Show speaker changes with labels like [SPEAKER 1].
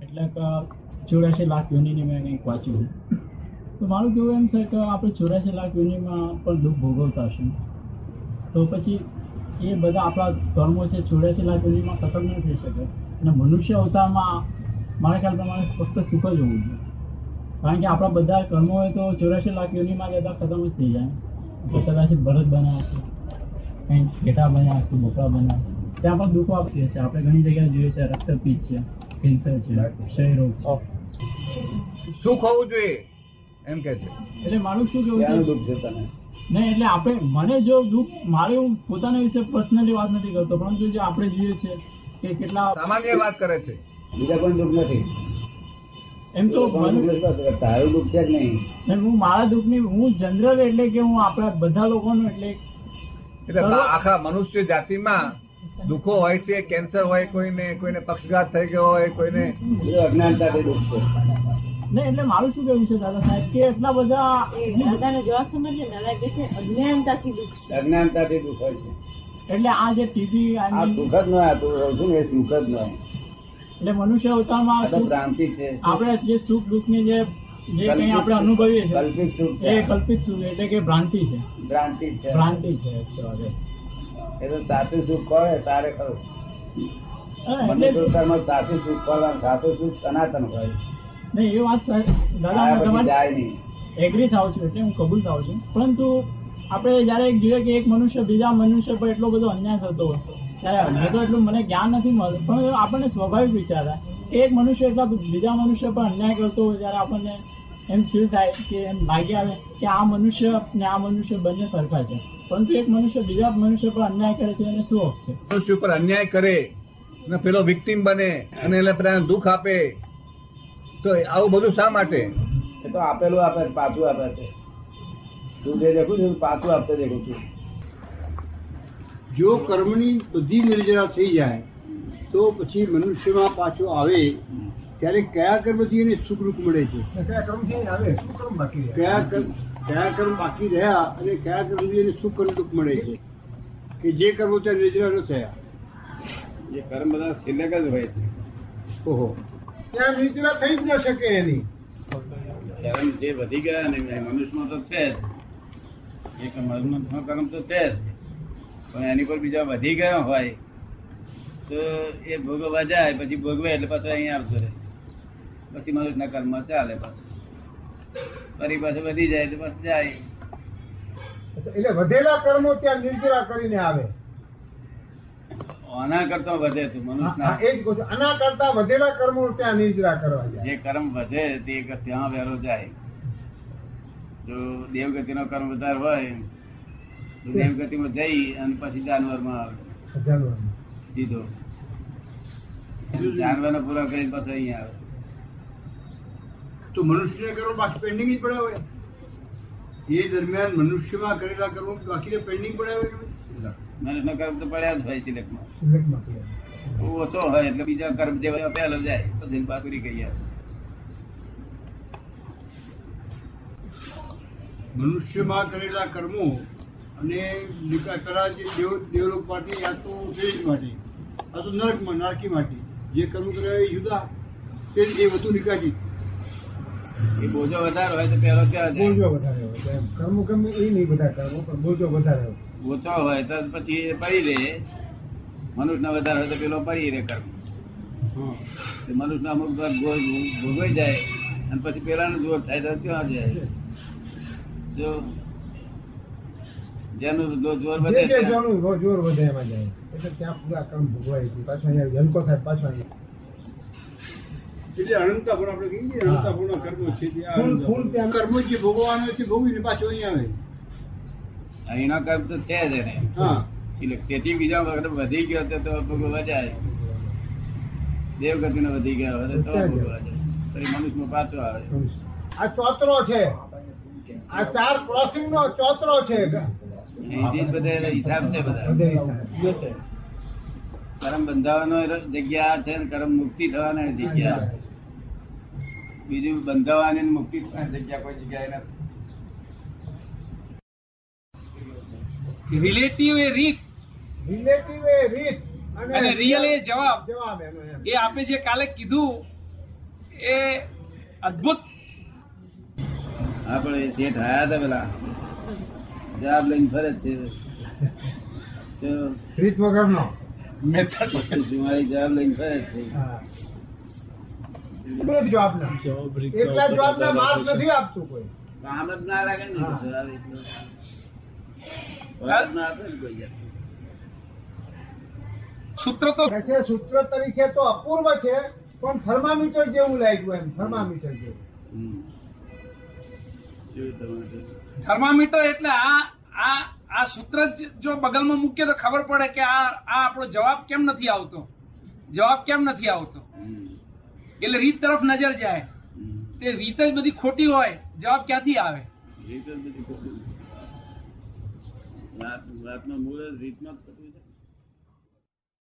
[SPEAKER 1] કેટલાક ચોર્યાસી લાખ યોનિની મેં કંઈક વાંચ્યું તો મારું કહેવું એમ છે કે આપણે ચોર્યાસી લાખ યોનિમાં પણ દુઃખ ભોગવતા હશું તો પછી એ બધા આપણા ધર્મો છે ચોર્યાસી લાખ યોનિમાં ખતમ ન થઈ શકે અને મનુષ્ય અવતારમાં મારા ખ્યાલ પ્રમાણે ફક્ત સુખ જ હોવું જોઈએ કારણ કે આપણા બધા કર્મો હોય તો ચોર્યાસી લાખ યોનિમાં જતા ખતમ જ થઈ જાય તો કદાચ ભરત બન્યા હશે કંઈ ઘેટા બન્યા હશે બોકડા બન્યા હશે ત્યાં પણ દુઃખો આપતી હશે આપણે ઘણી જગ્યાએ જોઈએ છે રક્તપીત છે કેન્સર છે ક્ષય રોગ છે
[SPEAKER 2] સુખ હોવું જોઈએ એમ કે છે
[SPEAKER 1] એટલે મારું શું
[SPEAKER 3] ક્યાંનું
[SPEAKER 1] કેવું છે
[SPEAKER 3] દુઃખ છે તને
[SPEAKER 1] નહીં એટલે આપણે મને જો દુઃખ મારે હું પોતાના વિશે પર્સનલી વાત નથી કરતો પરંતુ જે આપણે જોઈએ છે કે કેટલા
[SPEAKER 2] સામાન્ય વાત કરે છે
[SPEAKER 3] બીજા કોઈ દુઃખ નથી
[SPEAKER 1] એમ તો
[SPEAKER 3] બીજા કોઈનું
[SPEAKER 1] મને-
[SPEAKER 3] દુઃખ નથી. તારું દુઃખ છે જ નહીં
[SPEAKER 1] એમ હું મારા દુઃખની હું જનરલ એટલે કે હું આપણા બધા લોકોનું એટલે
[SPEAKER 2] એટલે બા- આખા મનુષ્ય જાતિમાં દુઃખો હોય છે કેન્સર હોય કોઈને કોઈને પક્ષઘાત થઈ ગયો હોય કોઈને
[SPEAKER 3] બીજું અજ્ઞાનતાથી દુઃખ છે
[SPEAKER 1] નહીં એટલે મારું શું કહેવું છે દાદા સાહેબ કે એટલા બધા
[SPEAKER 4] એ દાદાનો જવાબ સમજે દાદા કે છે અજ્ઞાનતાથી દુઃખ છે
[SPEAKER 3] અજ્ઞાનતાથી દુઃખ હોય છે
[SPEAKER 1] એટલે આ જે ટીવી
[SPEAKER 3] આ સુખ જ ન આ તું રહું છું ને એ સુખ જ ન
[SPEAKER 1] એટલે મનુષ્ય
[SPEAKER 3] આ
[SPEAKER 1] અવતારમાં
[SPEAKER 3] તો
[SPEAKER 1] સુખ
[SPEAKER 3] ભ્રાંતિ જ છે
[SPEAKER 1] આપણે જે સુખ દુઃખની જે જે કંઈ
[SPEAKER 3] કલ્પિત
[SPEAKER 1] આપણે
[SPEAKER 3] સુખ.
[SPEAKER 1] અનુભવીએ છીએ
[SPEAKER 3] કલ્પિત સુખ
[SPEAKER 1] એ
[SPEAKER 3] છે
[SPEAKER 1] કલ્પિત સુખ એટલે કે ભ્રાંતિ છે
[SPEAKER 3] ભ્રાંતિ જ છે
[SPEAKER 1] ભ્રાંતિ છે અચ્છા, અરે.
[SPEAKER 3] એ તો સાચું સુખ કોણે તારે ખરું
[SPEAKER 1] હા,
[SPEAKER 3] મને
[SPEAKER 1] એટલે
[SPEAKER 3] સાચું સુખ કોણ સાચું સુખ સનાતન હોય
[SPEAKER 1] નહીં એ વાત સાહેબ દાદા
[SPEAKER 3] આ
[SPEAKER 1] હું
[SPEAKER 3] પછી
[SPEAKER 1] તમારી
[SPEAKER 3] જાય નહીં
[SPEAKER 1] એગ્રી થાવ છું એટલે હું કબૂલ થાવ છું પરંતુ આપણે જ્યારે એક જોઈએ કે એક મનુષ્ય બીજા મનુષ્ય પર એટલો બધો અન્યાય થતો હોય ત્યારે અમને તો એટલું મને જ્ઞાન નથી મળતું પણ આપણને સ્વાભાવિક વિચાર થાય કે એક મનુષ્ય એટલા બીજા મનુષ્ય પર અન્યાય કરતો હોય ત્યારે આપણને એમ ફીલ થાય કે એમ ભાગ્ય આવે કે આ મનુષ્ય ને આ મનુષ્ય બંને સરખા છે પરંતુ એક મનુષ્ય બીજા મનુષ્ય પર અન્યાય કરે છે એને શું હક છે
[SPEAKER 2] મનુષ્ય ઉપર અન્યાય કરે અને પેલો વિક્ટીમ બને અને એટલે પેલાને દુઃખ આપે તો આવું બધું શા માટે
[SPEAKER 3] એ તો આપેલું આપે છે, પાછું આપે છે તું જે દેખું છું પાછું આપતો દેખું છું
[SPEAKER 5] જો કર્મની બધી નિર્જરા થઈ જાય તો પછી મનુષ્યમાં પાછો આવે ત્યારે કયા કર્મથી એને સુખ દુઃખ મળે છે કયા કર્મ કયા કર્મ બાકી રહ્યા અને કયા કર્મથી એને સુખ અને દુઃખ મળે છે કે જે કર્મો ત્યાં નિર્જરા ન થયા
[SPEAKER 3] એ કર્મ બધા સિલક જ હોય છે
[SPEAKER 5] ઓહો
[SPEAKER 2] ત્યાં નિદ્રા થઈ જ ન શકે એની
[SPEAKER 3] કર્મ જે વધી ગયા ને એ મનુષ્યમાં તો છે જ એક મનુષ્યનો કર્મ તો છે જ પણ એની પર બીજા વધી ગયા હોય તો એ ભોગવવા જાય પછી ભોગવે એટલે પાછો અહીંયા આવતો રહે પછી મનુષ્યના કર્મ ચાલે પાછું ફરી પાછું વધી જાય તો પાછું જાય
[SPEAKER 2] એટલે વધેલા કર્મો ત્યાં નિર્જરા કરીને આવે
[SPEAKER 3] આના કરતા વધે તું મનુષ્યના
[SPEAKER 2] એ જ આના કરતા વધેલા કર્મો ત્યાં નિર્જરા કરવા
[SPEAKER 3] જે કર્મ વધે તે ક- ત્યાં વહેલો જાય જો દેવગતિનો કર્મ વધારે હોય તો દેવગતિમાં જઈ અને પછી જાનવરમાં આવે સીધો જાનવરનો પૂરો કરીને પાછો અહીંયા આવે
[SPEAKER 5] તો મનુષ્યને કર્મ બાકી પેન્ડિંગ જ પડ્યા હોય એ દરમિયાન મનુષ્યમાં કરેલા કર્મો બાકી પેન્ડિંગ પડ્યા હોય કે નહીં?
[SPEAKER 3] મનુષ્યનો કર્મ તો પડ્યા જ હોય સિલેક્ટમાં બહુ ઓછો હોય એટલે બીજા કર્મ જે હોય પહેલો જાય પછી પાછું ઉડી ગઈ આવે
[SPEAKER 5] મનુષ્યમાં કરેલા કર્મો અને નિકા- કરા જે દેવ દેવલોક માટે યા તો દેશ માટે યા તો નર્કમાં નારકી માટે જે કર્મ કર્યા એ જુદા તે એ વધુ નિકાજી
[SPEAKER 3] એ બોજો વધારે હોય તો પહેલો ક્યાં જાય ઓછો હોય તો પછી એ પડી રહે મનુષ્યનો વધારે હોય તો પેલો પડી રહે કર્મ તે મનુષ્યનો અમુક ભાગ ભોગ- ભોગવાઈ જાય અને પછી પેલાનો જોર થાય તો ત્યાં જાય જો જેનું જો જોર વધે ત્યાં-
[SPEAKER 2] જોર વધે એમાં જાય એટલે ત્યાં પૂરા કર્મ ભોગવાય છે પાછો અહીંયા હલકો થાય પાછો અહીંયા
[SPEAKER 5] એટલે અનંતા પણ આપણે કહીએ ને, અનંતા પૂર્ણ કર્મો છે જે આ
[SPEAKER 2] ફૂલ-
[SPEAKER 5] અનંતા
[SPEAKER 2] ફૂલ ત્યાં-
[SPEAKER 5] પૂર્ણ. કર્મો જે ભોગવવાનો હોય તે ભોગવીને પાછો અહીંયા આવે
[SPEAKER 3] અહીંનો કર્મ તો છે જ એને
[SPEAKER 5] હા
[SPEAKER 3] એટલે તેથી બીજા વખત વધી ગયો તો તો ભોગવવા જાય દેવગતિનો વધી ગયો હતો તો ભોગવવા જાય પછી મનુષ્યમાં પાછો આવે
[SPEAKER 2] આ ચોતરો છે આ ચાર ક્રોસિંગ નો ચોતરો છે
[SPEAKER 3] અહીંથી જ બધે હિસાબ છે બધા
[SPEAKER 2] બધે હિસાબ.
[SPEAKER 3] કર્મ બંધાવાનો જગ્યા છે અને કર્મ મુક્તિ થવાની જગ્યા છે બીજું બંધાવાની અને મુક્તિ થવાની જગ્યા કોઈ જગ્યાએ નથી
[SPEAKER 6] રિલેટિવ એ રીત
[SPEAKER 2] રિલેટિવ એ રીત
[SPEAKER 6] અને રિયલ એ જવાબ
[SPEAKER 2] જવાબ એનો એમ.
[SPEAKER 6] એ આપે જે કાલે કીધું એ અદ્ભુત
[SPEAKER 3] હા પણ એ શેઠ આયા હતા પેલા જવાબ લઈને ફરે જ છે તો
[SPEAKER 5] રીત વગરનો
[SPEAKER 3] મારી જવાબ લઈને ફરે જ છે
[SPEAKER 5] જવાબ ના એકલા જવાબના માર્ક નથી આપતું કોઈ
[SPEAKER 3] કામ જ ના લાગે ને
[SPEAKER 5] હા.
[SPEAKER 3] જવાબ એટલો જવાબ ના આપે ને કોઈ જાતનો.
[SPEAKER 6] સૂત્ર તો
[SPEAKER 5] કહે છે સૂત્ર તરીકે તો અપૂર્વ છે પણ થર્મામીટર જેવું લાગ્યું એમ થર્મામીટર જેવું
[SPEAKER 3] હમ. શું તમારે કહેવું?
[SPEAKER 6] થર્મામીટર એટલે આ આ આ સૂત્ર જ જો બગલમાં મૂકીએ તો ખબર પડે કે આ આ આપણો જવાબ કેમ નથી આવતો જવાબ કેમ નથી આવતો
[SPEAKER 3] હમ.
[SPEAKER 6] એટલે રીત તરફ નજર જાય
[SPEAKER 3] હમ.
[SPEAKER 6] તે રીત જ બધી ખોટી હોય જવાબ ક્યાંથી આવે
[SPEAKER 3] રીત જ બધી ખોટી. વાત- વાતનો મૂળ જ રીતમાં જ ખોટું